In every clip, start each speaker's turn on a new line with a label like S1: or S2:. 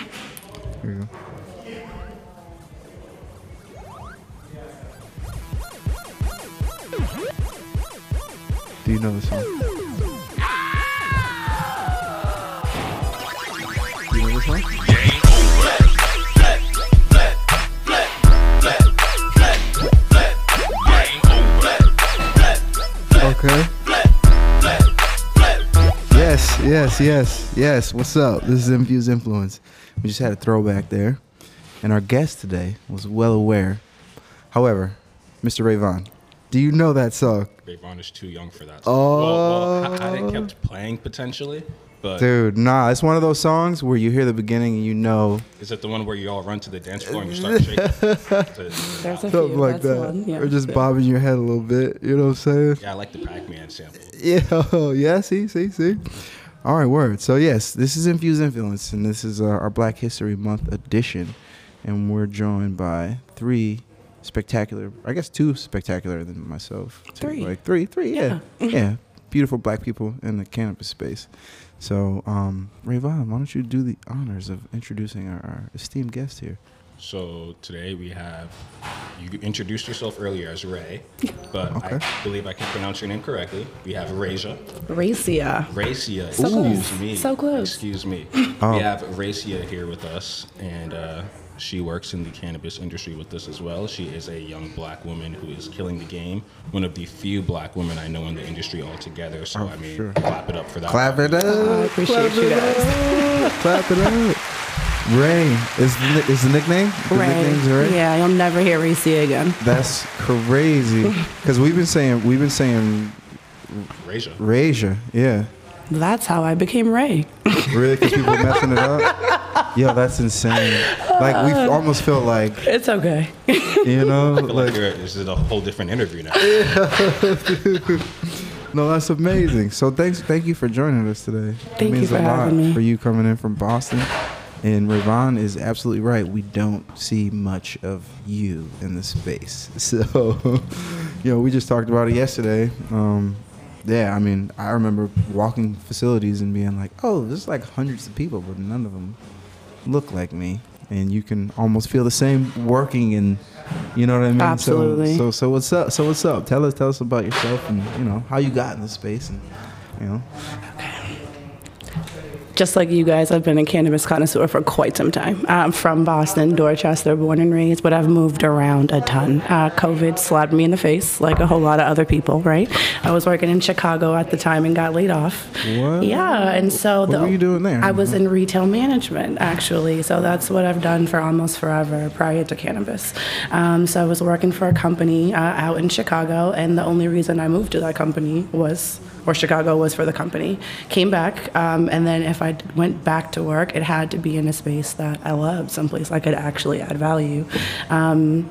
S1: Here we go. Do you know the song? Do you know the song? Okay. Yes, yes, yes, yes. What's up? This is Infuse Influence. We just had a throwback there, and our guest today was well aware. However, Mr. Rayvon, do you know that song?
S2: Rayvon is too young for that.
S1: Oh.
S2: well, well, I, I didn't kept playing potentially, but
S1: Dude, nah, it's one of those songs where you hear the beginning and you know.
S2: is it the one where you all run to the dance floor and you start shaking? To-
S3: There's a few.
S1: Something like
S3: That's
S1: that.
S3: one. Yeah.
S1: Or just bobbing your head a little bit. You know what I'm saying?
S2: yeah, I like the Pac-Man sample.
S1: Yeah, yeah, see, see, see. All right, word. So, yes, this is Infused Influence, and this is uh, our Black History Month edition. And we're joined by three spectacular, I guess two spectacular than myself. too.
S3: Three.
S1: Like three, three, yeah. Yeah. Beautiful black people in the cannabis space. So, um, Rayvon, why don't you do the honors of introducing our, our esteemed guest here?
S2: So today we have you introduced yourself earlier as Ray, but
S1: Okay.
S2: I believe I can pronounce your name correctly. We have Raja.
S3: Racia.
S2: Racia,
S3: So
S2: excuse
S3: close.
S2: me.
S3: So close.
S2: Excuse me.
S1: Oh.
S2: We have Racia here with us, and uh, she works in the cannabis industry with us as well. She is a young black woman who is killing the game. One of the few black women I know in the industry altogether. So I mean,
S1: Oh, sure.
S2: clap it up for that.
S1: Clap it
S3: I
S1: up.
S3: appreciate you guys.
S1: Clap it up. Ray is the, ni- is the nickname? The nickname's Ray?
S3: Yeah, you'll never hear Racia again.
S1: That's crazy. Because we've been saying we've been saying
S2: Raja.
S1: Rasia, yeah.
S3: That's how I became Ray.
S1: Really, because people are messing it up. Yo, that's insane. Like
S3: Uh.
S1: we almost feel like
S3: It's okay.
S1: you know,
S2: Like
S1: like
S2: you're, this is a whole different interview now.
S1: no, that's amazing. So thanks, thank you for joining us today.
S3: Thank you
S1: it means
S3: for
S1: a lot
S3: having me.
S1: for you coming in from Boston. And Ravon is absolutely right. We don't see much of you in the space. So, you know, we just talked about it yesterday. Um, yeah, I mean, I remember walking facilities and being like, oh, there's like hundreds of people, but none of them look like me. And you can almost feel the same working and, you know what I mean? So-
S3: Absolutely.
S1: So, so, what's up? So what's up? Tell us, tell us about yourself and, you know, how you got in the space and, you know.
S3: Just like you guys, I've been a cannabis connoisseur for quite some time. I'm from Boston, Dorchester, born and raised, but I've moved around a ton. Uh, COVID slapped me in the face, like a whole lot of other people, right? I was working in Chicago at the time and got laid off.
S1: What?
S3: Yeah, and so
S1: What
S3: the,
S1: were you doing there?
S3: I was in retail management actually, so that's what I've done for almost forever prior to cannabis. Um, so I was working for a company uh, out in Chicago, and the only reason I moved to that company was, or Chicago was for the company. Came back, um, and then if I d- went back to work, it had to be in a space that I loved, someplace I could actually add value. Um,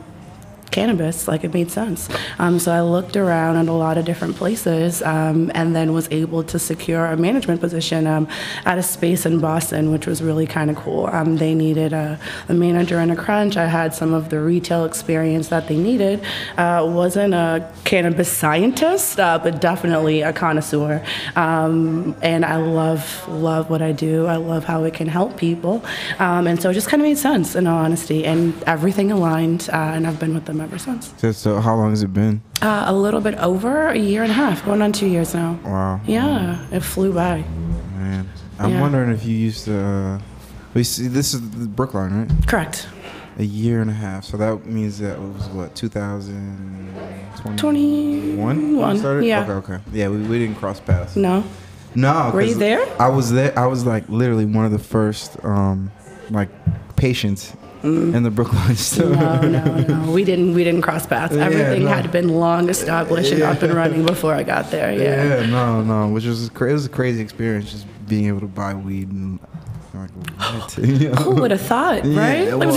S3: cannabis like it made sense um, so i looked around at a lot of different places um, and then was able to secure a management position um, at a space in boston which was really kind of cool um, they needed a, a manager in a crunch i had some of the retail experience that they needed uh, wasn't a cannabis scientist uh, but definitely a connoisseur um, and i love love what i do i love how it can help people um, and so it just kind of made sense in all honesty and everything aligned uh, and i've been with them ever since
S1: So, so how long has it been?
S3: uh, a little bit over a year and a half going on two years now
S1: Wow.
S3: yeah it flew by
S1: Man, I'm
S3: Yeah.
S1: wondering if you used to. Uh, we see this is the Brookline, right?
S3: correct
S1: A year and a half. So that means that was what 2021.
S3: 21, yeah.
S1: Okay. Okay. Yeah, we, we didn't cross paths.
S3: no
S1: No.
S3: Were you
S1: 'cause
S3: there?
S1: I was there. I was like literally one of the first, um, like patients in the Brookline store.
S3: Mm. no, no, no. We didn't. We didn't cross paths.
S1: Yeah,
S3: Everything
S1: no.
S3: had been long established and up and running before I got there. Yeah.
S1: Yeah, no, no, which was cra- it was a crazy experience just being able to buy weed and like what? You know?
S3: Who would have thought,
S1: Yeah,
S3: right?
S1: it was.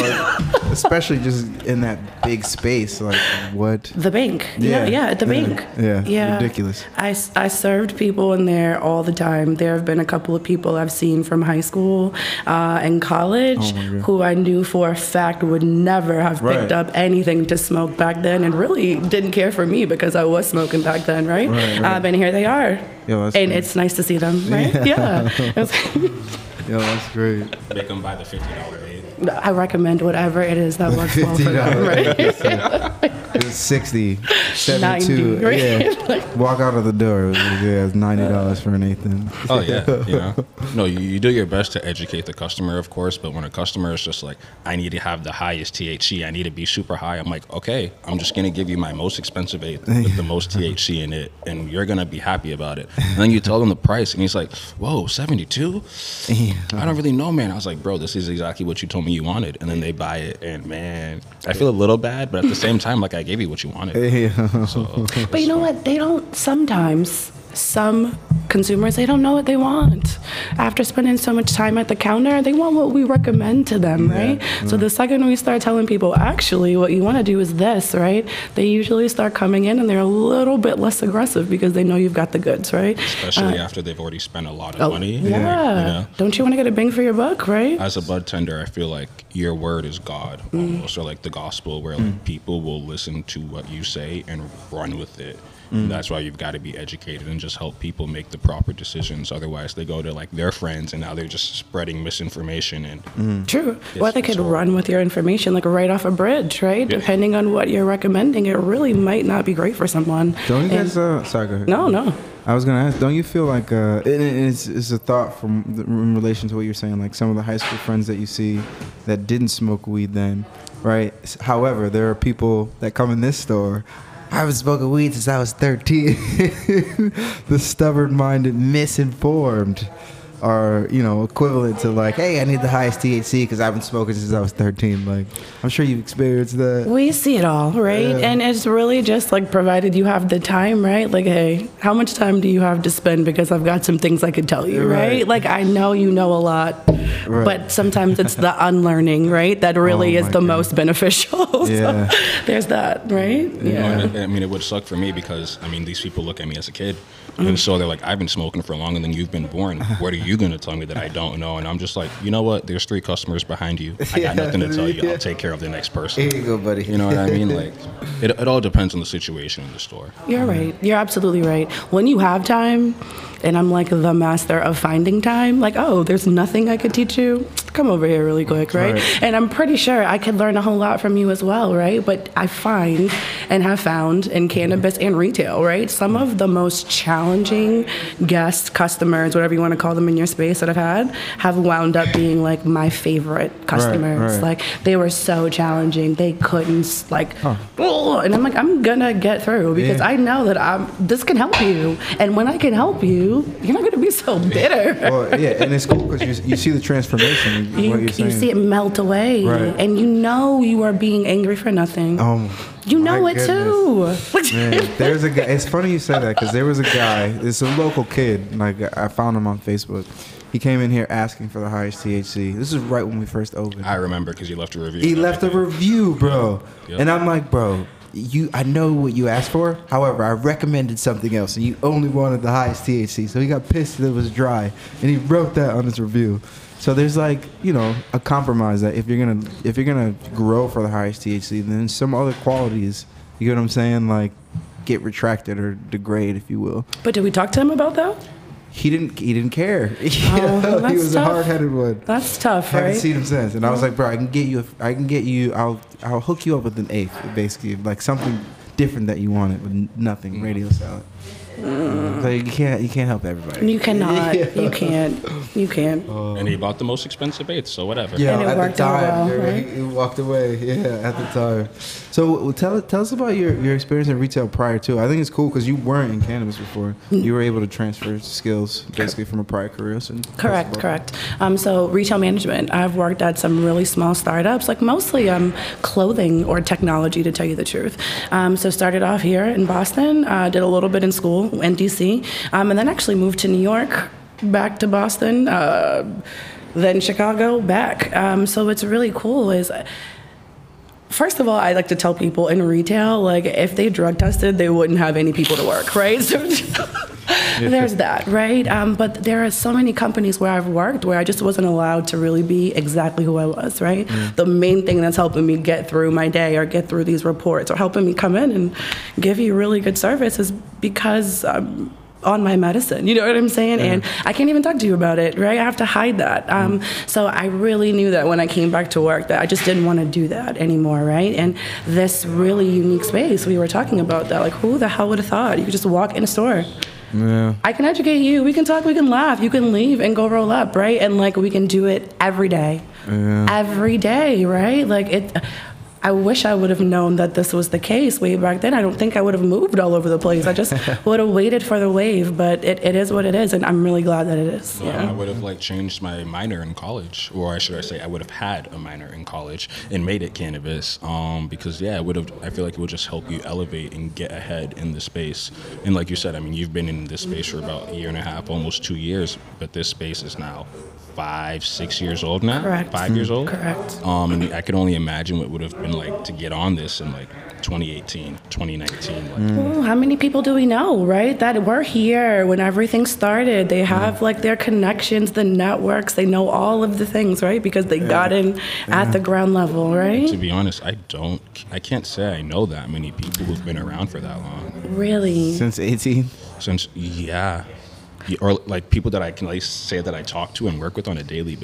S1: especially just in that big space, like what?
S3: The bank. Yeah,
S1: Yeah,
S3: yeah, at the
S1: yeah,
S3: bank.
S1: yeah, ridiculous.
S3: I, s- I served people in there all the time. There have been a couple of people I've seen from high school uh, and college
S1: Oh my God.
S3: who I knew for a fact would never have
S1: Right.
S3: picked up anything to smoke back then and really didn't care for me because I was smoking back then, right?
S1: Right, right.
S3: Um, and here they are.
S1: Yo, that's
S3: and
S1: crazy.
S3: it's nice to see them, right? Yeah. It was-
S1: Yo, that's great.
S2: Make them buy the fifty dollar aid.
S3: I recommend whatever it is that works well for them. Right?
S1: It was 60, 72.
S3: 90, right?
S1: Yeah. Walk out of the door. It was, yeah, it's $90 for an eighth. in.
S2: Oh yeah, you know. No, you, you do your best to educate the customer, of course. But when a customer is just like, I need to have the highest THC, I need to be super high. I'm like, okay, I'm just gonna give you my most expensive eighth with the most THC in it, and you're gonna be happy about it. And then you tell him the price, and he's like, whoa, seventy two? I don't really know, man. I was like, bro, this is exactly what you told me you wanted. And then they buy it, and man, I feel a little bad, but at the same time, like I gave you what you wanted.
S1: Yeah.
S2: So,
S3: But you know what? They don't sometimes some consumers they don't know what they want. After spending so much time at the counter, they want what we recommend to them, right? So the second we start telling people actually what you want to do is this, right? They usually start coming in and they're a little bit less aggressive because they know you've got the goods, right?
S2: especially after they've already spent a lot of
S3: Oh,
S2: money.
S3: Yeah.
S2: Yeah.
S3: Don't you want to get a bang for your buck, right?
S2: as a bud tender, I feel like your word is God almost, or like the gospel, where like people will listen to what you say and run with it. And That's why you've got to be educated and just help people make the proper decisions. Otherwise, they go to like their friends and now they're just spreading misinformation. And
S3: True. well, they
S2: it's
S3: could
S2: horrible.
S3: run with your information like right off a bridge, right?
S2: Yeah.
S3: Depending on what you're recommending, it really might not be great for someone.
S1: Don't you
S3: And-
S1: guys, uh, sorry, go ahead.
S3: No, no.
S1: I was gonna ask, don't you feel like, uh, and it- and it's, it's a thought from the, in relation to what you're saying, like some of the high school friends that you see that didn't smoke weed then, right? S- However, there are people that come in this store. I haven't smoked weed since I was 13. the stubborn-minded, misinformed, are you know equivalent to like, hey, I need the highest THC because I've been smoking since I was 13. Like, I'm sure you've experienced that.
S3: We see it all, right? And it's really just like provided you have the time, right? Like, hey, how much time do you have to spend? Because I've got some things I could tell you, right?
S1: Right.
S3: Like, I know you know a lot, but sometimes it's the unlearning, right? That really
S1: Oh
S3: is
S1: my
S3: the
S1: God.
S3: most beneficial. So
S1: Yeah.
S3: there's that,
S2: You
S3: right?
S2: know, and it- I mean, it would suck for me because I mean, these people look at me as a kid, and so they're like, "I've been smoking for longer than you've been born. What are you going to tell me that I don't know?" And I'm just like, you know what? There's three customers behind you. I got nothing to tell you. I'll take care of the next person.
S1: Here you go, buddy.
S2: You know what I mean? Like, it, it all depends on the situation in the store.
S3: You're right. You're absolutely right. When you have time, and I'm like the master of finding time, like, oh, there's nothing I could teach you. Come over here really quick, right?
S1: Right.
S3: And I'm pretty sure I could learn a whole lot from you as well, right? But I find and have found in cannabis and retail, right? Some of the most challenging guests, customers, whatever you want to call them in your space that I've had, have wound up being like my favorite customers.
S1: right.
S3: Like, they were so challenging. They couldn't like, oh, and I'm like, I'm gonna get through because
S1: Yeah.
S3: I know that I'm. This can help you, and when I can help you, you're not gonna be so bitter.
S1: Well, yeah, and it's cool because you, you see the transformation. in
S3: You,
S1: what you're
S3: you
S1: saying.
S3: see it melt away,
S1: Right.
S3: and you know you are being angry for nothing.
S1: Oh, my-
S3: you know
S1: my
S3: it too.
S1: Man, there's a guy. It's funny you say that because there was a guy. It's a local kid. Like I found him on Facebook. He came in here asking for the highest THC. This is right when we first opened.
S2: I remember because you left a review.
S1: He
S2: and
S1: left a
S2: everything.
S1: review, bro.
S2: Yep.
S1: And I'm like, bro, you. I know what you asked for. However, I recommended something else, and you only wanted the highest THC. So he got pissed that it was dry, and he wrote that on his review. So there's like, you know, a compromise that if you're gonna if you're gonna grow for the highest THC, then some other qualities. You get what I'm saying? Like, get retracted or degrade, if you will.
S3: but did we talk to him about that?
S1: He didn't. He didn't care.
S3: Oh, that's
S1: he was a
S3: tough.
S1: hard-headed one.
S3: That's tough,
S1: Haven't
S3: right?
S1: seen him since, and I was like, bro, I can get you. If, I can get you. I'll I'll hook you up with an eighth, basically, like something different that you wanted, with n- nothing radio salad. So you can't you can't help everybody.
S3: Mm. you cannot. You can't. You can't.
S2: and he bought the most expensive eights, so whatever.
S1: Yeah,
S3: And it
S1: at
S3: worked
S1: the
S3: out
S1: time,
S3: well,
S1: yeah,
S3: right?
S1: he, he walked away. Yeah, at the time. So w- tell tell us about your, your experience in retail prior to. I think it's cool because you weren't in cannabis before.
S3: Mm.
S1: You were able to transfer skills basically from a prior career. So
S3: Correct, correct. Um, so retail management. I've worked at some really small startups, like mostly um, clothing or technology, to tell you the truth. Um, so started off here in Boston, uh, did a little bit in school in DC, um, and then actually moved to New York, back to Boston, uh, then Chicago, back. Um, so what's really cool is. First of all, I like to tell people in retail, like if they drug tested, they wouldn't have any people to work, right? So there's that, right? Um, but there are so many companies where I've worked where I just wasn't allowed to really be exactly who I was, right? The main thing that's helping me get through my day or get through these reports or helping me come in and give you really good service is because um, on my medicine. You know what I'm saying? And I can't even talk to you about it, right? I have to hide that. Um, So I really knew that when I came back to work that I just didn't want to do that anymore, right? And this really unique space we were talking about that, like who the hell would have thought you could just walk in a store?
S1: Yeah.
S3: I can educate you. We can talk. We can laugh. You can leave and go roll up, right? And like we can do it every day, every day, right? Like it. I wish I would have known that this was the case way back then. I don't think I would have moved all over the place. I just would have waited for the wave. But it, it is what it is, and I'm really glad that it is.
S2: Yeah, I would have like changed my minor in college, or should I say, I would have had a minor in college and made it cannabis. Um, because yeah, it would have. I feel like it would just help you elevate and get ahead in the space. And like you said, I mean, you've been in this space for about a year and a half, almost two years, but this space is now five, six years old now.
S3: Correct.
S2: Five
S1: Mm-hmm.
S2: years old.
S3: Correct.
S2: Um, and I could only imagine what it would have been like to get on this in like 2018, 2019. Like,
S3: Well, How many people do we know, right? That were here when everything started. They have like their connections, the networks. They know all of the things, right? Because they got in at the ground level, right?
S2: To be honest, I don't. I can't say I know that many people who've been around for that long.
S3: Really?
S1: Since 18.
S2: Since yeah, Yeah, or like people that I can like say that I talk to and work with on a daily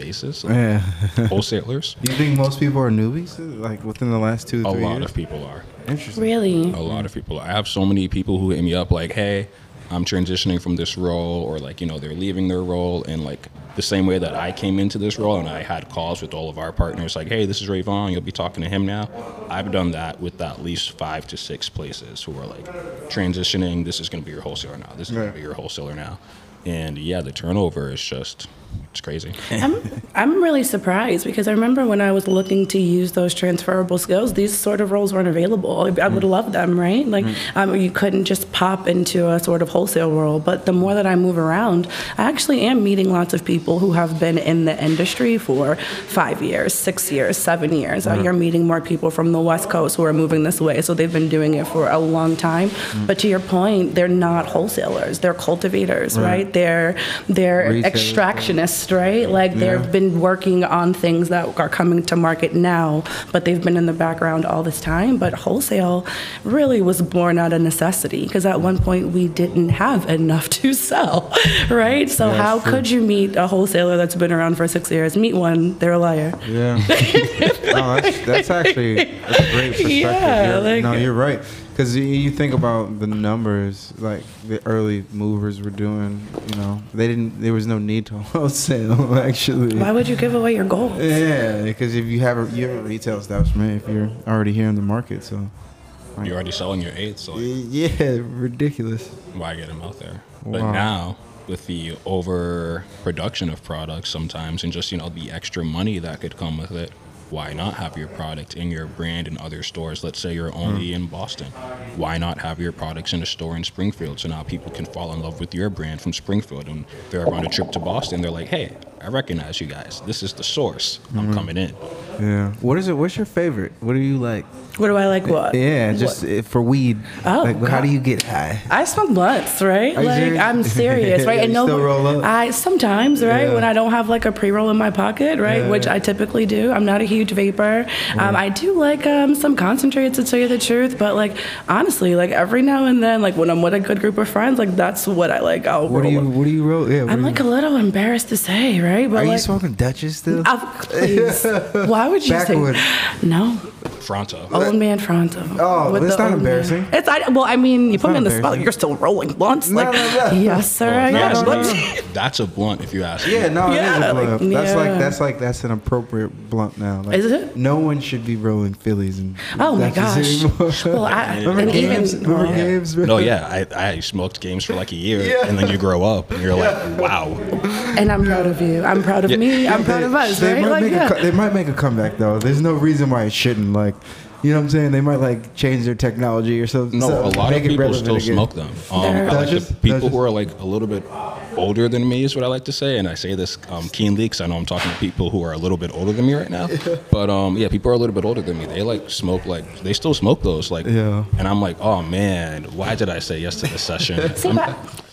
S2: basis, like
S1: Yeah.
S2: wholesalers.
S1: Do you think most people are newbies? Like within the last two
S2: A
S1: or three
S2: lot
S1: years?
S2: of people are.
S1: Interesting.
S3: Really?
S2: A lot of people. I have so many people who hit me up like, "Hey, I'm transitioning from this role," or like, you know, they're leaving their role, and like the same way that I came into this role, and I had calls with all of our partners, like, "Hey, this is Ray Vaughn. You'll be talking to him now." I've done that with at least five to six places who are like transitioning. This is going to be your wholesaler now. This is going
S1: Right.
S2: to be your wholesaler now. And yeah, the turnover is just it's crazy.
S3: I'm, I'm really surprised because I remember when I was looking to use those transferable skills, these sort of roles weren't available. I, I would love them, right? Like, um, you couldn't just pop into a sort of wholesale role. But the more that I move around, I actually am meeting lots of people who have been in the industry for five years, six years, seven years. Like, You're meeting more people from the West Coast who are moving this way. So they've been doing it for a long time. But to your point, they're not wholesalers, they're cultivators, right? They're, they're
S1: Retailers,
S3: extract perfectionists, right? Like they've been working on things that are coming to market now, but they've been in the background all this time. But wholesale really was born out of necessity because at one point we didn't have enough to sell, right? So how could you meet a wholesaler that's been around for six years? Meet one, they're a liar.
S1: Yeah. no, that's, that's actually a great perspective.
S3: Yeah,
S1: You're-
S3: like-
S1: no, you're right. Because you, you think about the numbers, like the early movers were doing. You know, they didn't. There was no need to wholesale actually.
S3: Why would you give away your gold?
S1: Yeah, because if you have a you have a retail establishment, if you're already here in the market, so
S2: You're already selling your eights, so like,
S1: yeah, ridiculous.
S2: why get them out there. But
S1: Wow.
S2: now, with the overproduction of products sometimes and just, you know, the extra money that could come with it, why not have your product in your brand in other stores? Let's say you're only in Boston. Why not have your products in a store in Springfield? So now people can fall in love with your brand from Springfield. And if they're on a trip to Boston, they're like, hey, I recognize you guys. This is the source. I'm coming in.
S1: Yeah. What is it? What's your favorite? What do you like?
S3: What do I like? What?
S1: Yeah,
S3: What?
S1: just uh, for weed.
S3: Oh,
S1: like, how
S3: God.
S1: do you get high?
S3: I smoke blunts, right?
S1: Are you
S3: like
S1: serious?
S3: I'm serious, right?
S1: You still roll up?
S3: I sometimes, right,
S1: Yeah.
S3: when I don't have like a pre roll in my pocket, right,
S1: Yeah.
S3: which I typically do. I'm not a huge vapor. Um, I do like um, some concentrates to tell you the truth, but like honestly, like every now and then, like when I'm with a good group of friends, like that's what I like. I'll
S1: What do
S3: roll
S1: you
S3: up.
S1: What do you roll? Yeah. what
S3: I'm
S1: do
S3: like
S1: you,
S3: a little embarrassed to say, right? But
S1: Are
S3: like,
S1: you smoking Dutchess still?
S3: Oh, please. Why would you
S1: Backward.
S3: say no?
S2: Pronto.
S3: Old man Fronto.
S1: Oh,
S3: With
S1: it's
S3: the
S1: not
S3: old man.
S1: embarrassing.
S3: It's I, well, I mean, you put
S1: not
S3: me in the spot.
S1: embarrassing.
S3: You're still rolling blunts,
S1: No,
S3: like
S1: no, no.
S3: yes, sir.
S2: Well,
S3: I
S2: if you
S3: got
S2: ask
S3: a blunt.
S2: me, that's a blunt if you ask me.
S1: Yeah, no, it is
S3: Yeah,
S1: a blunt.
S3: like,
S1: that's
S3: yeah.
S1: like that's like that's an appropriate blunt now. Like,
S3: Is it?
S1: No one should be rolling Phillies and
S3: Oh my
S1: Dutchess
S3: gosh.
S1: anymore.
S3: Well, I,
S2: Remember
S3: and
S1: games?
S3: even Oh,
S1: Remember
S3: well,
S1: games?
S2: No, Oh, yeah, I, I smoked games for like a year, and then you grow up, and you're like, wow.
S3: and I'm proud of you. I'm proud of me. I'm proud of us,
S1: They
S3: right?
S1: might
S3: Like
S1: make a co-
S3: yeah.
S1: they might make a comeback though. There's no reason why it shouldn't. Like, you know what I'm saying? They might like change their technology or something.
S2: No,
S1: so
S2: a lot of
S1: make it
S2: people
S1: relevant
S2: still
S1: again.
S2: smoke them. Um,
S3: There-
S2: I like
S1: Dutchess?
S2: the people
S1: Dutchess?
S2: who are like a little bit older than me is what I like to say, and I say this um, keenly because I know I'm talking to people who are a little bit older than me right now. But um, yeah, people are a little bit older than me. They like smoke like they still smoke those like,
S1: Yeah.
S2: and I'm like, oh man, why did I say yes to this session?
S3: See,
S2: I'm-
S3: but